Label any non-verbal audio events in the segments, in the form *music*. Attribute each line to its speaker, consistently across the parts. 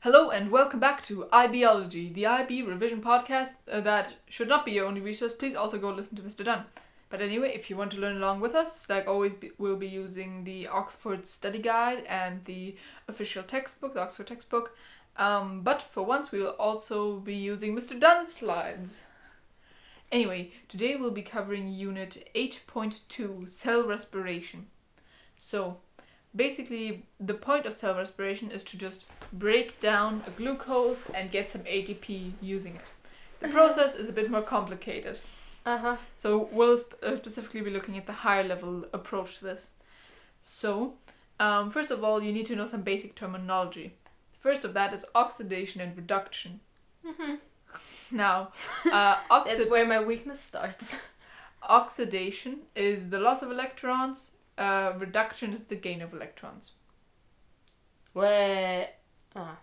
Speaker 1: Hello and welcome back to IBology, the IB revision podcast uh, that should not be your only resource. Please also go listen to Mr. Dunn. But anyway, if you want to learn along with us, like always, be- we'll be using the Oxford Study Guide and the official textbook, the Oxford textbook. Um, but for once, we will also be using Mr. Dunn's slides. Anyway, today we'll be covering Unit 8.2 Cell Respiration. So, basically, the point of cell respiration is to just break down a glucose and get some ATP using it. The
Speaker 2: Uh-huh.
Speaker 1: process is a bit more complicated.
Speaker 2: Uh huh.
Speaker 1: So we'll sp- uh, specifically be looking at the higher level approach to this. So, um, first of all, you need to know some basic terminology. First of that is oxidation and reduction.
Speaker 2: Mm-hmm.
Speaker 1: *laughs* Now,
Speaker 2: *laughs*
Speaker 1: uh, oxi-
Speaker 2: That's where my weakness *laughs* starts.
Speaker 1: oxidation is the loss of electrons. Uh, reduction is the gain of electrons.
Speaker 2: Wait. Uh,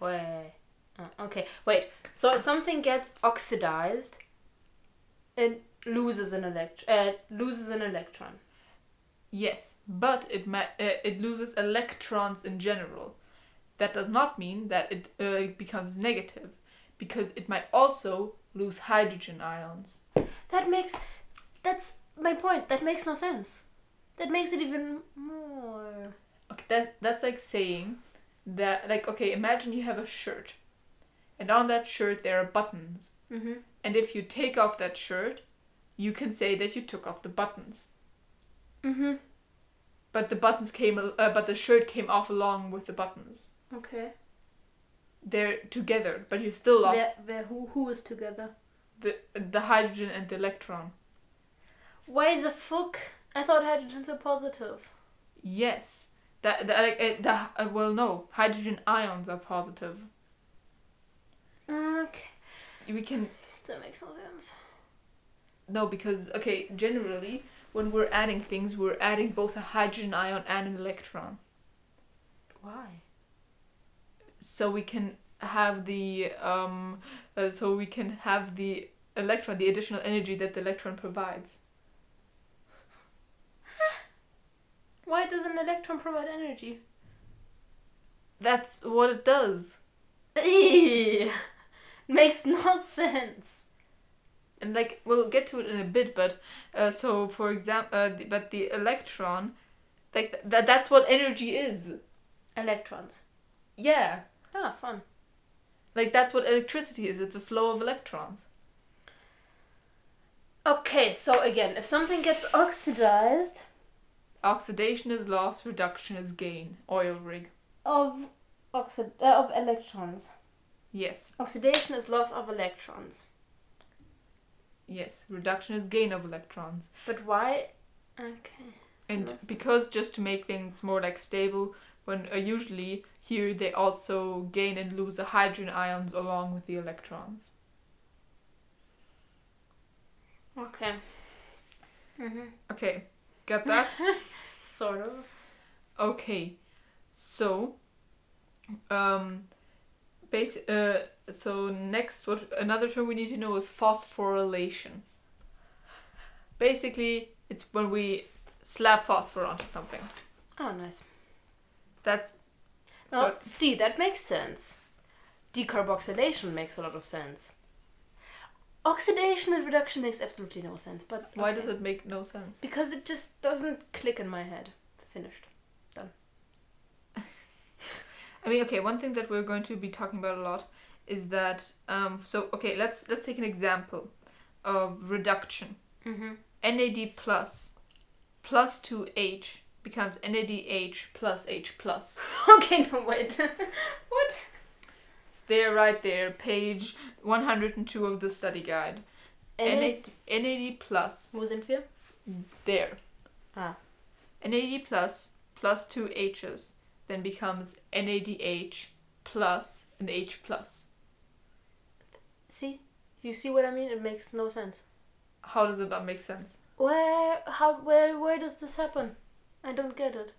Speaker 2: wait. Uh, okay, wait. So if something gets oxidized, it loses an elect- uh, loses an electron.
Speaker 1: Yes, but it ma- uh, it loses electrons in general. That does not mean that it uh, becomes negative, because it might also lose hydrogen ions.
Speaker 2: That makes. That's my point. That makes no sense. That makes it even more.
Speaker 1: Okay, that that's like saying that like okay, imagine you have a shirt, and on that shirt there are buttons,
Speaker 2: Mm-hmm.
Speaker 1: and if you take off that shirt, you can say that you took off the buttons.
Speaker 2: Mm-hmm.
Speaker 1: But the buttons came, al- uh, but the shirt came off along with the buttons.
Speaker 2: Okay.
Speaker 1: They're together, but you still lost
Speaker 2: Where, where, who, who is together?
Speaker 1: the the hydrogen and the electron.
Speaker 2: Why the fuck? I thought hydrogens were positive.
Speaker 1: Yes. That, that like uh, the uh, well no hydrogen ions are positive.
Speaker 2: Okay.
Speaker 1: We can
Speaker 2: That makes no sense.
Speaker 1: no because okay generally when we're adding things we're adding both a hydrogen ion and an electron
Speaker 2: Why?
Speaker 1: so we can have the um uh, so we can have the electron the additional energy that the electron provides
Speaker 2: Why does an electron provide energy?
Speaker 1: that's what it does
Speaker 2: *laughs* Makes no sense.
Speaker 1: and like we'll get to it in a bit but uh, so for example uh, the- but the electron like th- that that's what energy is
Speaker 2: Electrons.
Speaker 1: yeah
Speaker 2: Ah, fun.
Speaker 1: Like that's what electricity is. It's a flow of electrons.
Speaker 2: Okay, so again, if something gets oxidized,
Speaker 1: Oxidation is loss, reduction is gain. Oil rig.
Speaker 2: of oxid uh, of electrons.
Speaker 1: Yes,
Speaker 2: Oxidation is loss of electrons.
Speaker 1: yes. Reduction is gain of electrons.
Speaker 2: But why? Okay.
Speaker 1: And
Speaker 2: Yes.
Speaker 1: because just to make things more like stable, when uh, usually here they also gain and lose the hydrogen ions along with the electrons.
Speaker 2: Okay. Mhm.
Speaker 1: Okay, got that?
Speaker 2: Sort of.
Speaker 1: Okay, so, um, base. Uh, so next, what another term we need to know is phosphorylation. Basically, it's when we slap phosphor onto something.
Speaker 2: Oh, nice.
Speaker 1: That's
Speaker 2: Oh,
Speaker 1: so.
Speaker 2: see, that makes sense. Decarboxylation makes a lot of sense. Oxidation and reduction makes absolutely no sense, but
Speaker 1: Why
Speaker 2: okay.
Speaker 1: does it make no sense?
Speaker 2: Because it just doesn't click in my head. Finished.
Speaker 1: I mean, okay, one thing that we're going to be talking about a lot is that. Um, so okay, let's let's take an example of reduction.
Speaker 2: Mm-hmm.
Speaker 1: NAD plus plus 2H becomes NADH plus H plus.
Speaker 2: *laughs* Okay, no wait. *laughs* what?
Speaker 1: It's there right there, page 102 of the study guide.
Speaker 2: And it
Speaker 1: NAD, NAD plus
Speaker 2: was in fear.
Speaker 1: there.
Speaker 2: Ah.
Speaker 1: NAD plus plus 2Hs then becomes NADH plus an H plus.
Speaker 2: See, you see what I mean? It makes no sense.
Speaker 1: How does it not make sense?
Speaker 2: Where? How? Where? Where does this happen? I don't get it.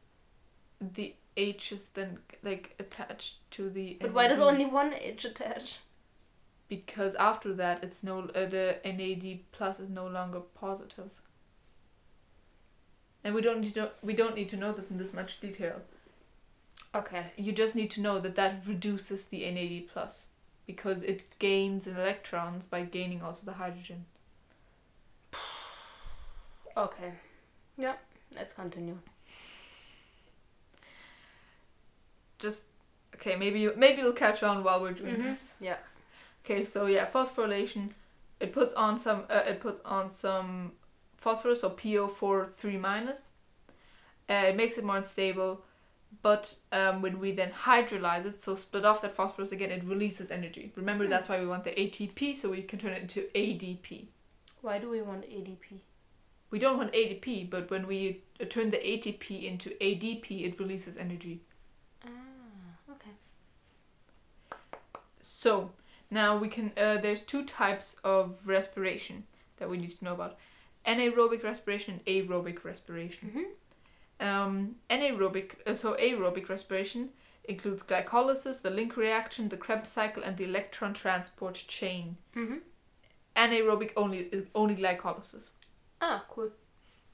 Speaker 1: The H is then like attached to the
Speaker 2: But why does
Speaker 1: NAD?
Speaker 2: only one H attach?
Speaker 1: because after that it's no uh, the NAD plus is no longer positive. And we don't need to know, we don't need to know this in this much detail.
Speaker 2: Okay.
Speaker 1: You just need to know that that reduces the NAD plus because it gains in electrons by gaining also the hydrogen.
Speaker 2: Okay. Yeah. Let's continue.
Speaker 1: Just okay, maybe you maybe you'll catch on while we're doing
Speaker 2: Mhm.
Speaker 1: this.
Speaker 2: Yeah.
Speaker 1: Okay, so yeah, phosphorylation. It puts on some. Uh, it puts on some phosphorus or PO4 three minus. Uh, it makes it more unstable, but um, when we then hydrolyze it, so split off that phosphorus again, it releases energy. Remember
Speaker 2: Hmm.
Speaker 1: that's why we want the ATP, so we can turn it into ADP.
Speaker 2: Why do we want ADP?
Speaker 1: We don't want ADP, but when we uh, turn the ATP into ADP, it releases energy.
Speaker 2: Ah. Okay.
Speaker 1: So now we can. Uh, there's two types of respiration that we need to know about: anaerobic respiration and aerobic respiration.
Speaker 2: Mhm.
Speaker 1: Um, anaerobic, uh, so aerobic respiration includes glycolysis, the link reaction, the Krebs cycle, and the electron transport chain.
Speaker 2: Mhm.
Speaker 1: Anaerobic only is only glycolysis.
Speaker 2: Ah. Cool.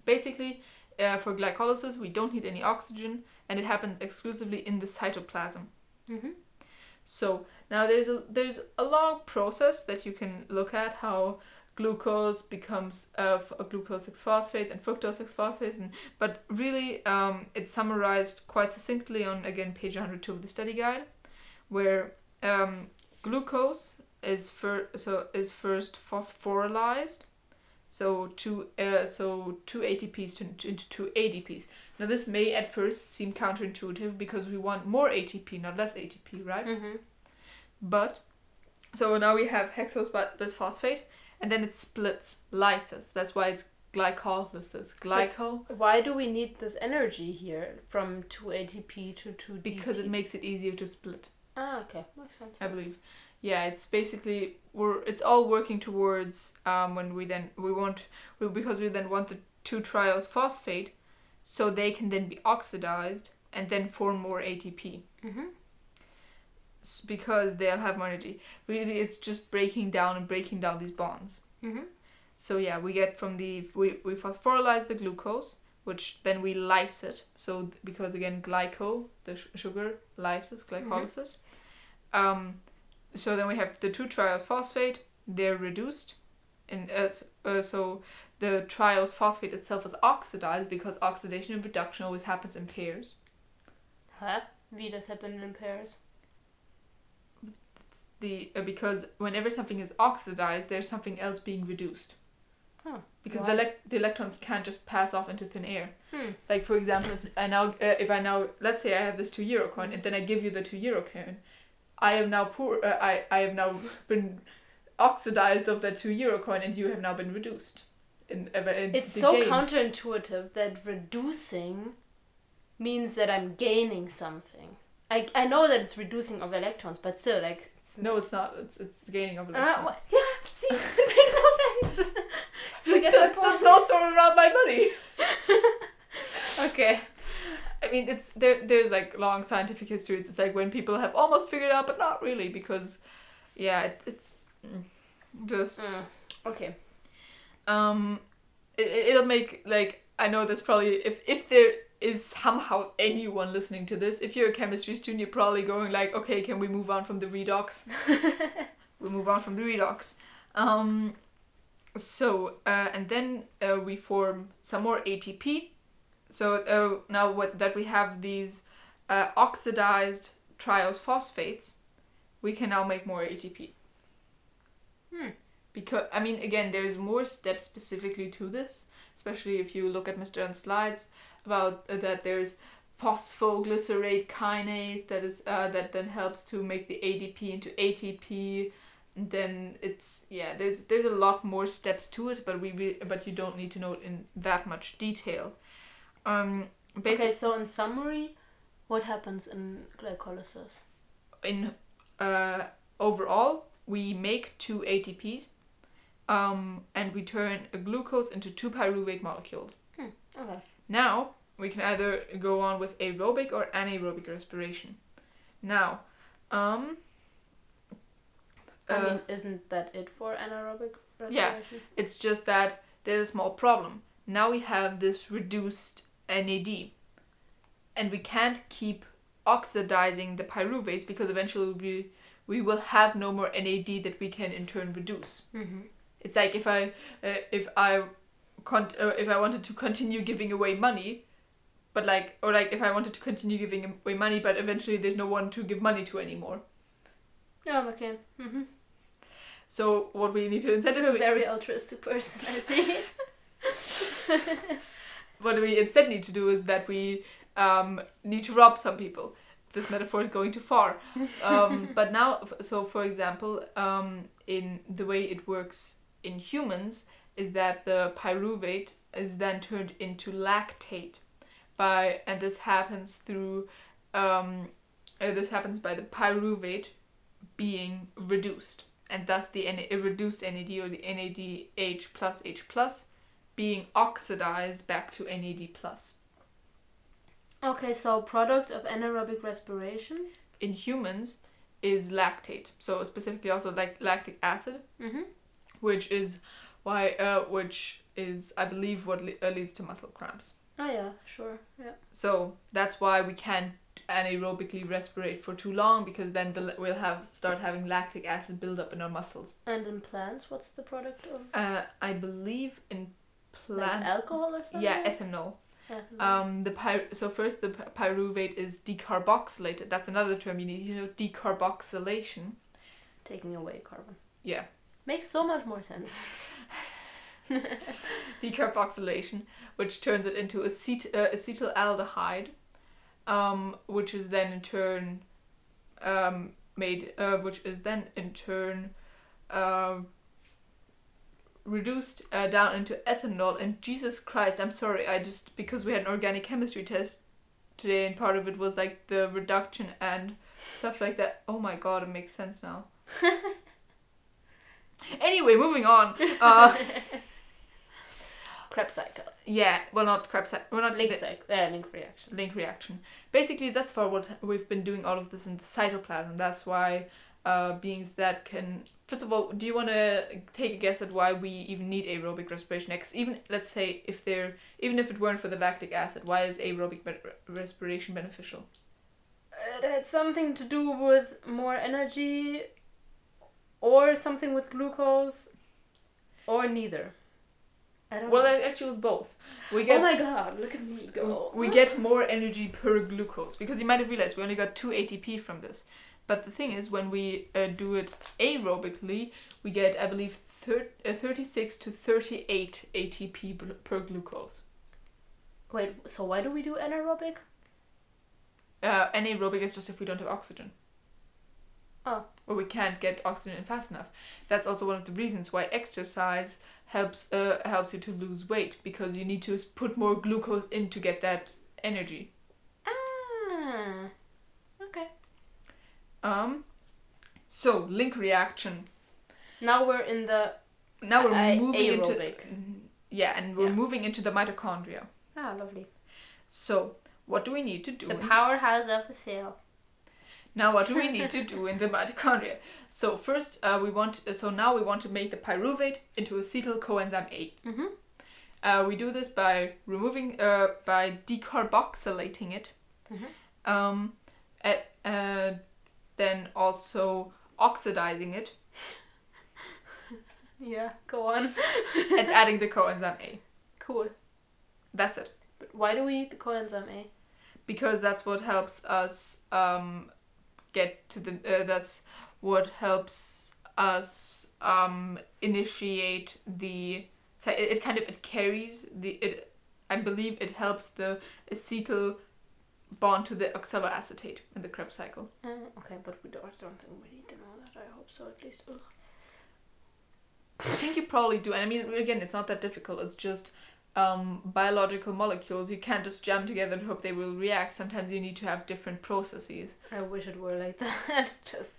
Speaker 1: Basically, uh, for glycolysis, we don't need any oxygen, and it happens exclusively in the cytoplasm.
Speaker 2: Mhm.
Speaker 1: So now there's a there's a long process that you can look at how glucose becomes uh, f- a glucose six phosphate and fructose six phosphate, and, but really um, it's summarized quite succinctly on again page 102 of the study guide, where um, glucose is fir- so is first phosphorylized, so two uh, so two ATPs turned into two ADPs. Now this may at first seem counterintuitive because we want more ATP, not less ATP, right?
Speaker 2: Mhm.
Speaker 1: But so now we have hexose bi- bisphosphate, and then it splits lysis. That's why it's glycolysis. Glyco
Speaker 2: Why do we need this energy here from two ATP to two DP?
Speaker 1: because it makes it easier to split.
Speaker 2: Ah. Okay. Makes sense.
Speaker 1: I believe. Yeah, it's basically we're it's all working towards um, when we then we want we, because we then want the two trios phosphate, so they can then be oxidized and then form more ATP.
Speaker 2: Mhm.
Speaker 1: s- because they'll have more energy. Really, it's just breaking down and breaking down these bonds.
Speaker 2: Mhm.
Speaker 1: So yeah, we get from the we we phosphorylate the glucose, which then we lyse it. So th- because again, glyco the sh- sugar lysis glycolysis. Um, so then we have the two triosphosphate. They're reduced, and uh, s- uh, so the triosphosphate itself is oxidized because oxidation and reduction always happens in pairs.
Speaker 2: Huh? Wie das happened in pairs?
Speaker 1: the uh, because whenever something is oxidized, there's something else being reduced.
Speaker 2: Huh.
Speaker 1: Because
Speaker 2: Why?
Speaker 1: the, elec- the electrons can't just pass off into thin air.
Speaker 2: Hmm.
Speaker 1: Like for example, if I now uh, if I now let's say I have this two euro coin and then I give you the two euro coin, I am now poor. Uh, I I have now been oxidized of that two euro coin and you have now been reduced. In, uh, in
Speaker 2: It's
Speaker 1: the
Speaker 2: so
Speaker 1: game.
Speaker 2: counterintuitive that reducing means that I'm gaining something. I, I know that it's reducing of electrons, but still, like. It's,
Speaker 1: No, it's not. It's it's gaining of
Speaker 2: Ah,
Speaker 1: electrons.
Speaker 2: what? Yeah, see, *laughs* it makes no sense. *laughs* you get
Speaker 1: *laughs*
Speaker 2: the
Speaker 1: don't,
Speaker 2: point.
Speaker 1: don't throw around my *laughs* money.
Speaker 2: Okay.
Speaker 1: I mean, it's there. There's like long scientific history. It's like when people have almost figured it out, but not really, because yeah, it, it's mm, just
Speaker 2: Mm, Okay.
Speaker 1: um, it, it'll make like I know this probably if if there is somehow anyone listening to this, if you're a chemistry student, you're probably going like, okay, can we move on from the redox? we move on from the redox. Um, so uh, and then uh, we form some more ATP. So uh, now what that we have these uh, oxidized triophosphates, we can now make more ATP.
Speaker 2: Hmm.
Speaker 1: Because I mean, again, there's more steps specifically to this, especially if you look at Mr. Dunn's slides about uh, that there's phosphoglycerate kinase that is uh, that then helps to make the ADP into ATP. And then it's yeah, there's there's a lot more steps to it, but we re- but you don't need to know it in that much detail. Um, basically,
Speaker 2: Okay, so in summary, what happens in glycolysis?
Speaker 1: in uh, overall we make two ATPs, um, and we turn a glucose into two pyruvate molecules.
Speaker 2: Okay.
Speaker 1: Now we can either go on with aerobic or anaerobic respiration. Now, um,
Speaker 2: I
Speaker 1: uh,
Speaker 2: mean, isn't that it for anaerobic
Speaker 1: Yeah.
Speaker 2: respiration?
Speaker 1: It's just that there's a small problem. Now we have this reduced NAD, and we can't keep oxidizing the pyruvates because eventually we, we will have no more NAD that we can in turn reduce.
Speaker 2: Mm-hmm.
Speaker 1: It's like if I uh, if I con- uh, if I wanted to continue giving away money, but like or like if I wanted to continue giving away money, but eventually there's no one to give money to anymore.
Speaker 2: Oh, okay. Mm-hmm.
Speaker 1: So what we need to instead is
Speaker 2: You're a
Speaker 1: we,
Speaker 2: very altruistic person, I see.
Speaker 1: what we instead need to do is that we um, need to rob some people. This metaphor is going too far. Um, but now, f- so for example, um, in the way it works in humans is that the pyruvate is then turned into lactate by, and this happens through, um, uh, this happens by the pyruvate being reduced, and thus the Na- reduced NAD or the NADH plus H plus being oxidized back to NAD+.
Speaker 2: *laughs* okay, so product of anaerobic respiration.
Speaker 1: In humans is lactate. So specifically also like lactic acid,
Speaker 2: Mm-hmm.
Speaker 1: which is why uh, which is I believe what le- uh, leads to muscle cramps.
Speaker 2: Oh yeah, sure. Yeah.
Speaker 1: So that's why we can't anaerobically respirate for too long because then the, la- we'll have start having lactic acid buildup in our muscles.
Speaker 2: And in plants, what's the product of
Speaker 1: Uh, I believe in
Speaker 2: like
Speaker 1: plant
Speaker 2: alcohol or something?
Speaker 1: yeah ethanol
Speaker 2: Ethanol.
Speaker 1: Um, the py- so first the py- pyruvate is decarboxylated. That's another term you need. You know, decarboxylation.
Speaker 2: Taking away carbon.
Speaker 1: Yeah,
Speaker 2: Makes so much more sense. *laughs*
Speaker 1: decarboxylation, which turns it into acet- uh, acetaldehyde, um, which is then in turn um, made, uh, which is then in turn uh, reduced uh, down into ethanol. And Jesus Christ, I'm sorry, I just because we had an organic chemistry test today, and part of it was like the reduction and stuff like that. Oh my God, it makes sense now. anyway, moving on. Uh,
Speaker 2: Krebs cycle.
Speaker 1: yeah, well, not Krebs. cy- Well, not
Speaker 2: Link
Speaker 1: the-
Speaker 2: cycle. Uh, link reaction.
Speaker 1: link reaction. Basically, that's for what we've been doing all of this in the cytoplasm. That's why uh, beings that can. First of all, do you want to take a guess at why we even need aerobic respiration? Because even let's say if they're even if it weren't for the lactic acid, why is aerobic be- respiration beneficial?
Speaker 2: It Uh, had something to do with more energy, or something with glucose, or neither. I don't
Speaker 1: Well,
Speaker 2: know.
Speaker 1: it actually was both. We get
Speaker 2: oh my god, look at me go.
Speaker 1: we get more energy per glucose because you might have realized we only got 2 ATP from this. But the thing is, when we uh, do it aerobically, we get, I believe, thir- uh, 36 to 38 ATP bl- per glucose.
Speaker 2: Wait, so why do we do anaerobic?
Speaker 1: Uh, anaerobic is just if we don't have oxygen.
Speaker 2: Oh.
Speaker 1: Or we can't get oxygen in fast enough. That's also one of the reasons why exercise helps uh, helps you to lose weight because you need to s- put more glucose in to get that energy.
Speaker 2: Ah, okay.
Speaker 1: Um, so link reaction.
Speaker 2: Now we're in the
Speaker 1: now we're
Speaker 2: A-
Speaker 1: moving into
Speaker 2: Uh,
Speaker 1: Mm-hmm.
Speaker 2: aerobic.
Speaker 1: yeah and we're
Speaker 2: Yeah.
Speaker 1: moving into the mitochondria
Speaker 2: ah lovely
Speaker 1: so what do we need to do
Speaker 2: the
Speaker 1: in-
Speaker 2: powerhouse of the cell.
Speaker 1: *laughs* now what do we need to do in
Speaker 2: *laughs*
Speaker 1: the mitochondria so first uh, we want so now we want to make the pyruvate into acetyl coenzyme 8
Speaker 2: Mm-hmm.
Speaker 1: uh, we do this by removing uh, by decarboxylating it
Speaker 2: Mhm.
Speaker 1: um, at, uh, then also oxidizing it
Speaker 2: Yeah, go on. *laughs*
Speaker 1: and adding the coenzyme a
Speaker 2: cool.
Speaker 1: that's it
Speaker 2: But why do we need the coenzyme A?
Speaker 1: because that's what helps us um, get to the uh, that's what helps us um, initiate the so it, it kind of it carries the it I believe it helps the acetyl bond to the oxaloacetate in the Krebs cycle.
Speaker 2: Uh, okay, but we don't, don't think we need to know that. I hope so, at least. Ugh.
Speaker 1: I think you probably do, and I mean again, it's not that difficult. It's just um, biological molecules. You can't just jam together and hope they will react. Sometimes you need to have different processes.
Speaker 2: I wish it were like *laughs* that. Just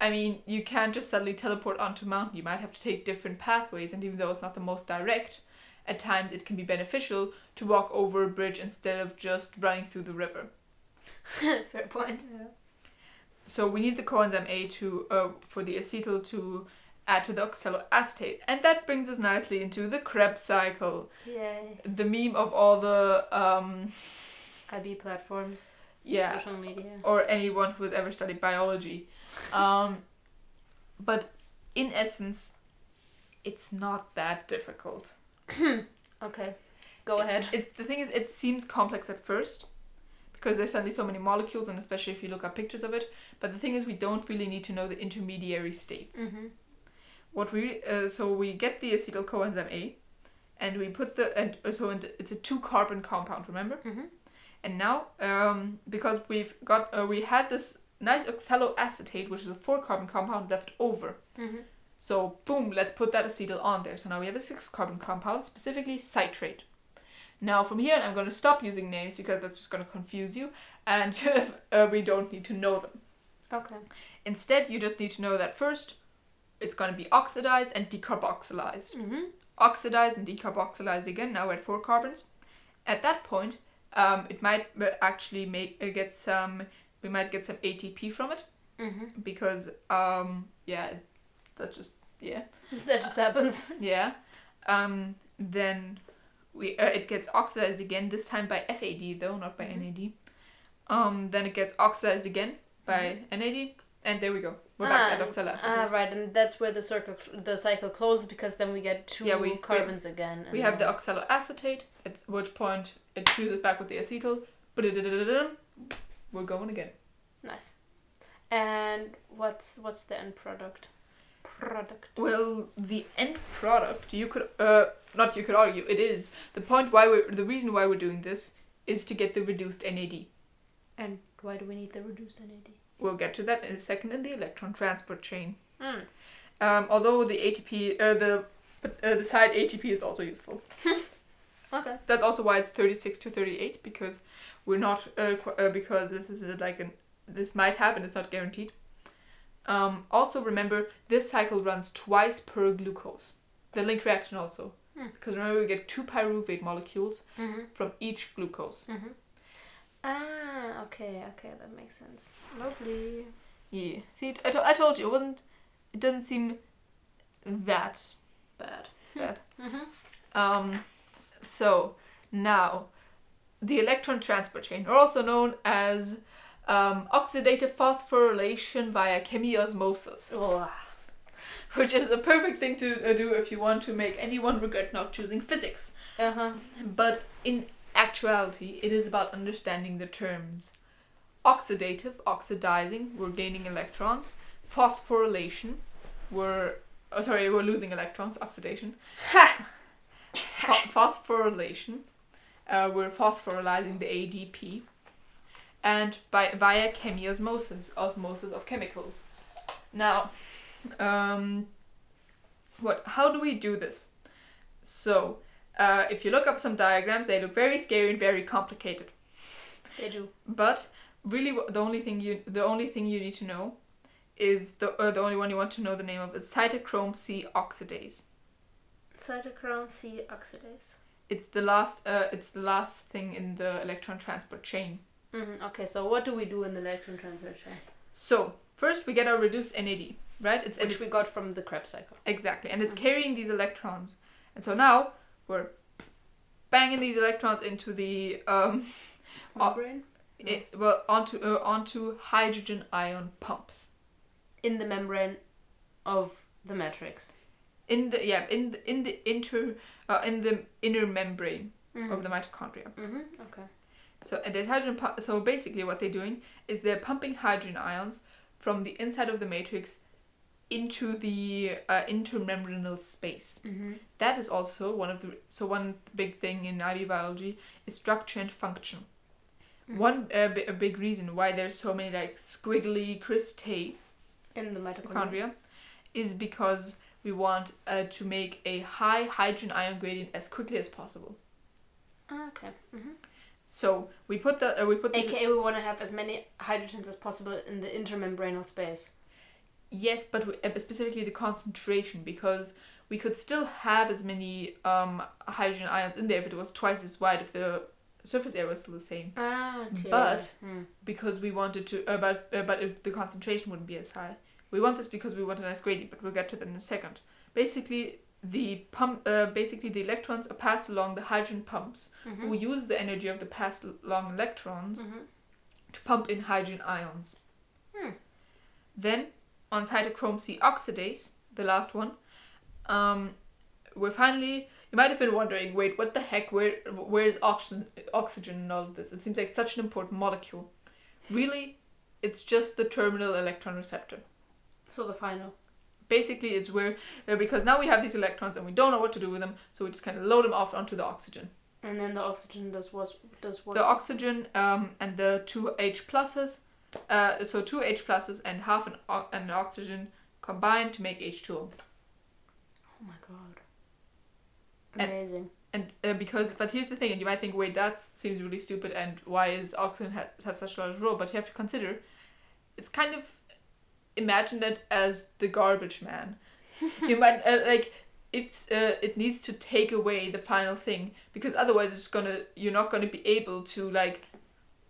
Speaker 1: I mean, you can't just suddenly teleport onto mountain. You might have to take different pathways, and even though it's not the most direct, at times it can be beneficial to walk over a bridge instead of just running through the river.
Speaker 2: fair point. Yeah.
Speaker 1: So we need the coenzyme A to uh, for the acetyl to add to the oxaloacetate, and that brings us nicely into the Krebs cycle,
Speaker 2: Yay.
Speaker 1: the meme of all the um,
Speaker 2: IB platforms.
Speaker 1: yeah,
Speaker 2: social media.
Speaker 1: or anyone who has ever studied biology. Um, but in essence, it's not that difficult.
Speaker 2: *coughs* Okay, go ahead.
Speaker 1: It, the thing is, it seems complex at first because there's suddenly so many molecules, and especially if you look at pictures of it. But the thing is, we don't really need to know the intermediary states.
Speaker 2: Mm-hmm.
Speaker 1: What we uh, so we get the acetyl coenzyme A, and we put the and uh, so in the, it's a two carbon compound. Remember.
Speaker 2: Mm-hmm.
Speaker 1: And now, um, because we've got uh, we had this nice oxaloacetate, which is a four carbon compound left over.
Speaker 2: Mm-hmm.
Speaker 1: So boom, let's put that acetyl on there. So now we have a six carbon compound, specifically citrate. Now from here, on, I'm going to stop using names because that's just going to confuse you, and *laughs* uh, we don't need to know them.
Speaker 2: Okay.
Speaker 1: Instead, you just need to know that first, it's going to be oxidized and decarboxylized
Speaker 2: Mm-hmm.
Speaker 1: oxidized and decarboxylized again now at four carbons at that point um, it might uh, actually make uh, get some we might get some atp from it
Speaker 2: Mm-hmm.
Speaker 1: because um, yeah that's just yeah
Speaker 2: *laughs* That just happens.
Speaker 1: yeah um, then we uh, it gets oxidized again this time by fad though not by
Speaker 2: Mhm.
Speaker 1: nad um, then it gets oxidized again by nad and there we go we're back
Speaker 2: Ah,
Speaker 1: at oxalate
Speaker 2: Ah, right, and that's where the circle, the cycle closes because then we get two
Speaker 1: Yeah, we- we-
Speaker 2: carbons again.
Speaker 1: We
Speaker 2: and
Speaker 1: have the
Speaker 2: then-
Speaker 1: oxaloacetate, at which point it chooses back with the acetyl. Ba-da-da-da-da-dum. We're going again.
Speaker 2: nice. And what's what's the end product? Product.
Speaker 1: Well, the end product, you could, uh, not you could argue, it is. The point why we're, the reason why we're doing this is to get the reduced NAD.
Speaker 2: And why do we need the reduced NAD?
Speaker 1: We'll get to that in a second in the electron transport chain.
Speaker 2: Mm.
Speaker 1: Um, although the ATP, uh, the, uh, the side ATP is also useful.
Speaker 2: Okay.
Speaker 1: that's also why it's 36 to 38 because we're not uh, qu- uh, because this is uh, like an this might happen it's not guaranteed um, also remember this cycle runs twice per glucose the link reaction also
Speaker 2: Hmm.
Speaker 1: because remember we get two pyruvate molecules
Speaker 2: Mm-hmm.
Speaker 1: from each glucose
Speaker 2: Mm-hmm. Ah, okay, okay, that makes sense. Lovely.
Speaker 1: yeah see it, I, to- I told you it wasn't it doesn't seem that
Speaker 2: Bad.
Speaker 1: bad
Speaker 2: Mm-hmm.
Speaker 1: Um, so now, the electron transport chain, are also known as um, oxidative phosphorylation via chemiosmosis,
Speaker 2: Oh,
Speaker 1: which is the perfect thing to uh, do if you want to make anyone regret not choosing physics.
Speaker 2: uh-huh.
Speaker 1: But in actuality, it is about understanding the terms. Oxidative, oxidizing, we're gaining electrons. Phosphorylation, we're oh, sorry, we're losing electrons. Oxidation. Pho- phosphorylation, uh, we're phosphorylizing the ADP, and by via chemiosmosis, osmosis of chemicals. Now, um, what? How do we do this? So, uh, if you look up some diagrams, they look very scary and very complicated.
Speaker 2: They do.
Speaker 1: But really, wh- the only thing you the only thing you need to know is the uh, the only one you want to know the name of is cytochrome C oxidase.
Speaker 2: Cytochrome C oxidase.
Speaker 1: It's the last uh, it's the last thing in the electron transport chain.
Speaker 2: Mm-hmm. Okay, so what do we do in the electron translation?
Speaker 1: So first we get our reduced NAD, right? It's, and
Speaker 2: Which
Speaker 1: it's
Speaker 2: we got from the Krebs cycle.
Speaker 1: exactly, and it's
Speaker 2: Mhm.
Speaker 1: carrying these electrons, and so now we're banging these electrons into the um, Oh.
Speaker 2: Membrane? No.
Speaker 1: i- well onto uh, onto hydrogen ion pumps.
Speaker 2: In the membrane of the matrix.
Speaker 1: in the yeah in the, in the inter uh, in the inner membrane of the mitochondria.
Speaker 2: Mm-hmm. Okay.
Speaker 1: So and the hydrogen pu- so basically what they're doing is they're pumping hydrogen ions from the inside of the matrix into the uh, intermembranal space.
Speaker 2: Mm-hmm.
Speaker 1: That is also one of the so one big thing in IB biology is structure and function. One uh, bi- a big reason why there's so many like squiggly cristae
Speaker 2: in the mitochondria.
Speaker 1: mitochondria is because we want uh, to make a high hydrogen ion gradient as quickly as possible.
Speaker 2: Ah, okay. Mm-hmm.
Speaker 1: So we put the uh, we put these,
Speaker 2: AKA, we want to have as many hydrogens as possible in the intermembranal space.
Speaker 1: yes, but we, uh, specifically the concentration because we could still have as many um, hydrogen ions in there if it was twice as wide if the surface area was still the same
Speaker 2: Ah, okay.
Speaker 1: But-
Speaker 2: Mm.
Speaker 1: because we wanted to uh, but uh, but it, the concentration wouldn't be as high. We want this because we want a nice gradient, but we'll get to that in a second. Basically, the pump uh, basically the electrons are passed along the hydrogen pumps
Speaker 2: Mhm.
Speaker 1: who use the energy of the passed along electrons
Speaker 2: Mhm.
Speaker 1: to pump in hydrogen ions.
Speaker 2: Hmm.
Speaker 1: Then, on cytochrome C oxidase, the last one, um, we're finally. You might have been wondering, wait, what the heck? Where where is oxygen oxygen in all of this? It seems like such an important molecule. Really, it's just the terminal electron receptor
Speaker 2: So the final.
Speaker 1: basically it's where uh, because now we have these electrons and we don't know what to do with them so we just kind of load them off onto the oxygen
Speaker 2: And then the oxygen does what does what
Speaker 1: the oxygen um, and the two h pluses uh, so two h pluses and half an, o- an oxygen combine to make h2o
Speaker 2: Oh my god. Eh.
Speaker 1: And-
Speaker 2: Amazing.
Speaker 1: and uh, because but here's the thing and you might think wait that seems really stupid and why is oxygen ha- have such a large role but you have to consider it's kind of imagine it as the garbage man you might uh, like if uh, it needs to take away the final thing because otherwise it's gonna you're not gonna be able to like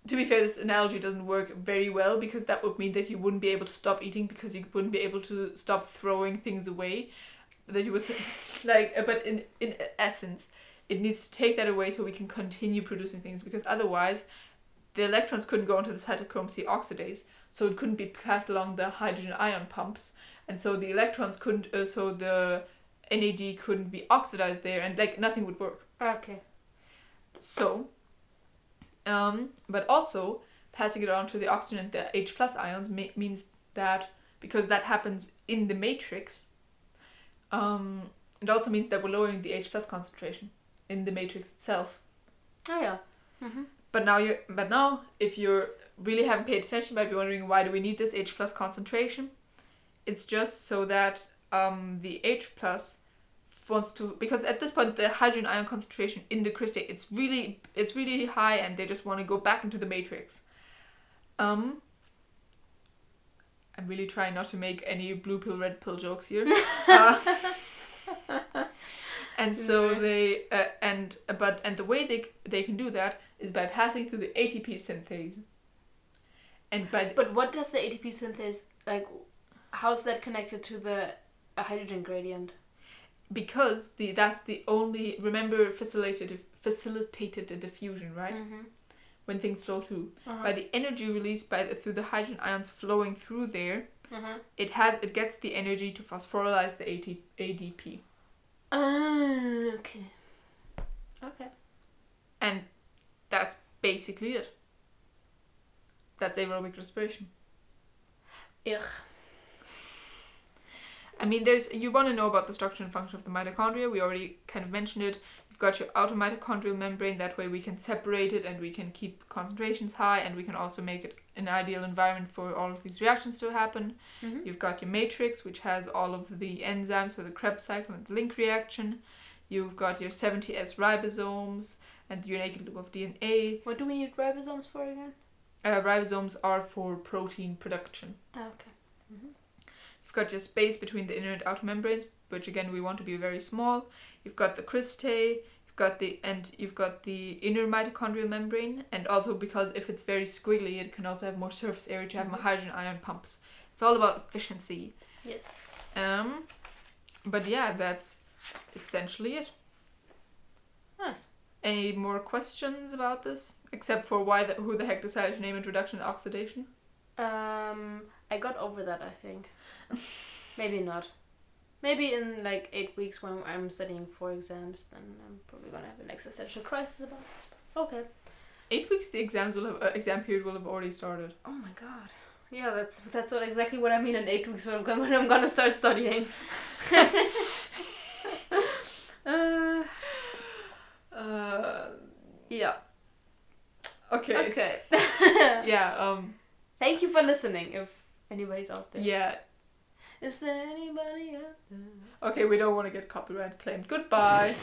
Speaker 1: to be fair this analogy doesn't work very well because that would mean that you wouldn't be able to stop eating because you wouldn't be able to stop throwing things away that you would *laughs* like uh, but in in essence it needs to take that away so we can continue producing things because otherwise the electrons couldn't go onto the cytochrome C oxidase so it couldn't be passed along the hydrogen ion pumps and so the electrons couldn't uh, so the NAD couldn't be oxidized there and like nothing would work
Speaker 2: okay.
Speaker 1: so um but also passing it on to the oxygen and the H plus ions ma- means that because that happens in the matrix um it also means that we're lowering the H plus concentration in the matrix itself
Speaker 2: Oh yeah. Mm-hmm.
Speaker 1: but now you but now if you really haven't paid attention, you might be wondering why do we need this H plus concentration? It's just so that um, the H plus wants to because at this point the hydrogen ion concentration in the crystal it's really it's really high and they just want to go back into the matrix. Um, I'm really trying not to make any blue pill red pill jokes here. Uh, and so
Speaker 2: No.
Speaker 1: they uh, and but and the way they c- they can do that is by passing through the ATP synthase. And by the,
Speaker 2: But what does the ATP synthase like? How's that connected to the uh, hydrogen gradient?
Speaker 1: because the that's the only remember facilitated facilitated a diffusion right
Speaker 2: Mm-hmm.
Speaker 1: when things flow through
Speaker 2: Uh-huh.
Speaker 1: by the energy released by the, through the hydrogen ions flowing through there
Speaker 2: uh-huh.
Speaker 1: it has it gets the energy to phosphorylate the AT, ADP
Speaker 2: Ah, okay. Okay.
Speaker 1: and that's basically it. That's aerobic respiration.
Speaker 2: Ugh.
Speaker 1: I mean, there's you want to know about the structure and function of the mitochondria. We already kind of mentioned it. You've got your outer mitochondrial membrane. That way, we can separate it and we can keep concentrations high, and we can also make it an ideal environment for all of these reactions to happen.
Speaker 2: Mm-hmm.
Speaker 1: You've got your matrix, which has all of the enzymes for the Krebs cycle and the link reaction. You've got your 70S ribosomes and your naked loop of DNA.
Speaker 2: What do we need ribosomes for again?
Speaker 1: Uh, ribosomes are for protein production.
Speaker 2: Ah, okay. Mm-hmm.
Speaker 1: You've got your space between the inner and outer membranes, which again we want to be very small. You've got the cristae, you've got the and you've got the inner mitochondrial membrane, and also because if it's very squiggly, it can also have more surface area to have more
Speaker 2: Mhm.
Speaker 1: hydrogen ion pumps. It's all about efficiency.
Speaker 2: Yes.
Speaker 1: Um, but yeah, that's essentially it.
Speaker 2: nice.
Speaker 1: Any more questions about this? Except for why the, who the heck decided to name it reduction and oxidation?
Speaker 2: Um, I got over that. I think. *laughs* Maybe not. Maybe in like eight weeks when I'm studying for exams, then I'm probably gonna have an existential crisis about this. but Okay.
Speaker 1: Eight weeks. The exams will have, uh, exam period will have already started.
Speaker 2: Oh my god. Yeah, that's that's what exactly what I mean in eight weeks when I'm gonna, when I'm gonna start *laughs* studying. uh,
Speaker 1: Uh,
Speaker 2: yeah.
Speaker 1: okay.
Speaker 2: Okay. *laughs*
Speaker 1: yeah um
Speaker 2: Thank you for listening. If anybody's out there, is
Speaker 1: yeah
Speaker 2: there anybody out there?
Speaker 1: okay we don't want to get copyright claimed goodbye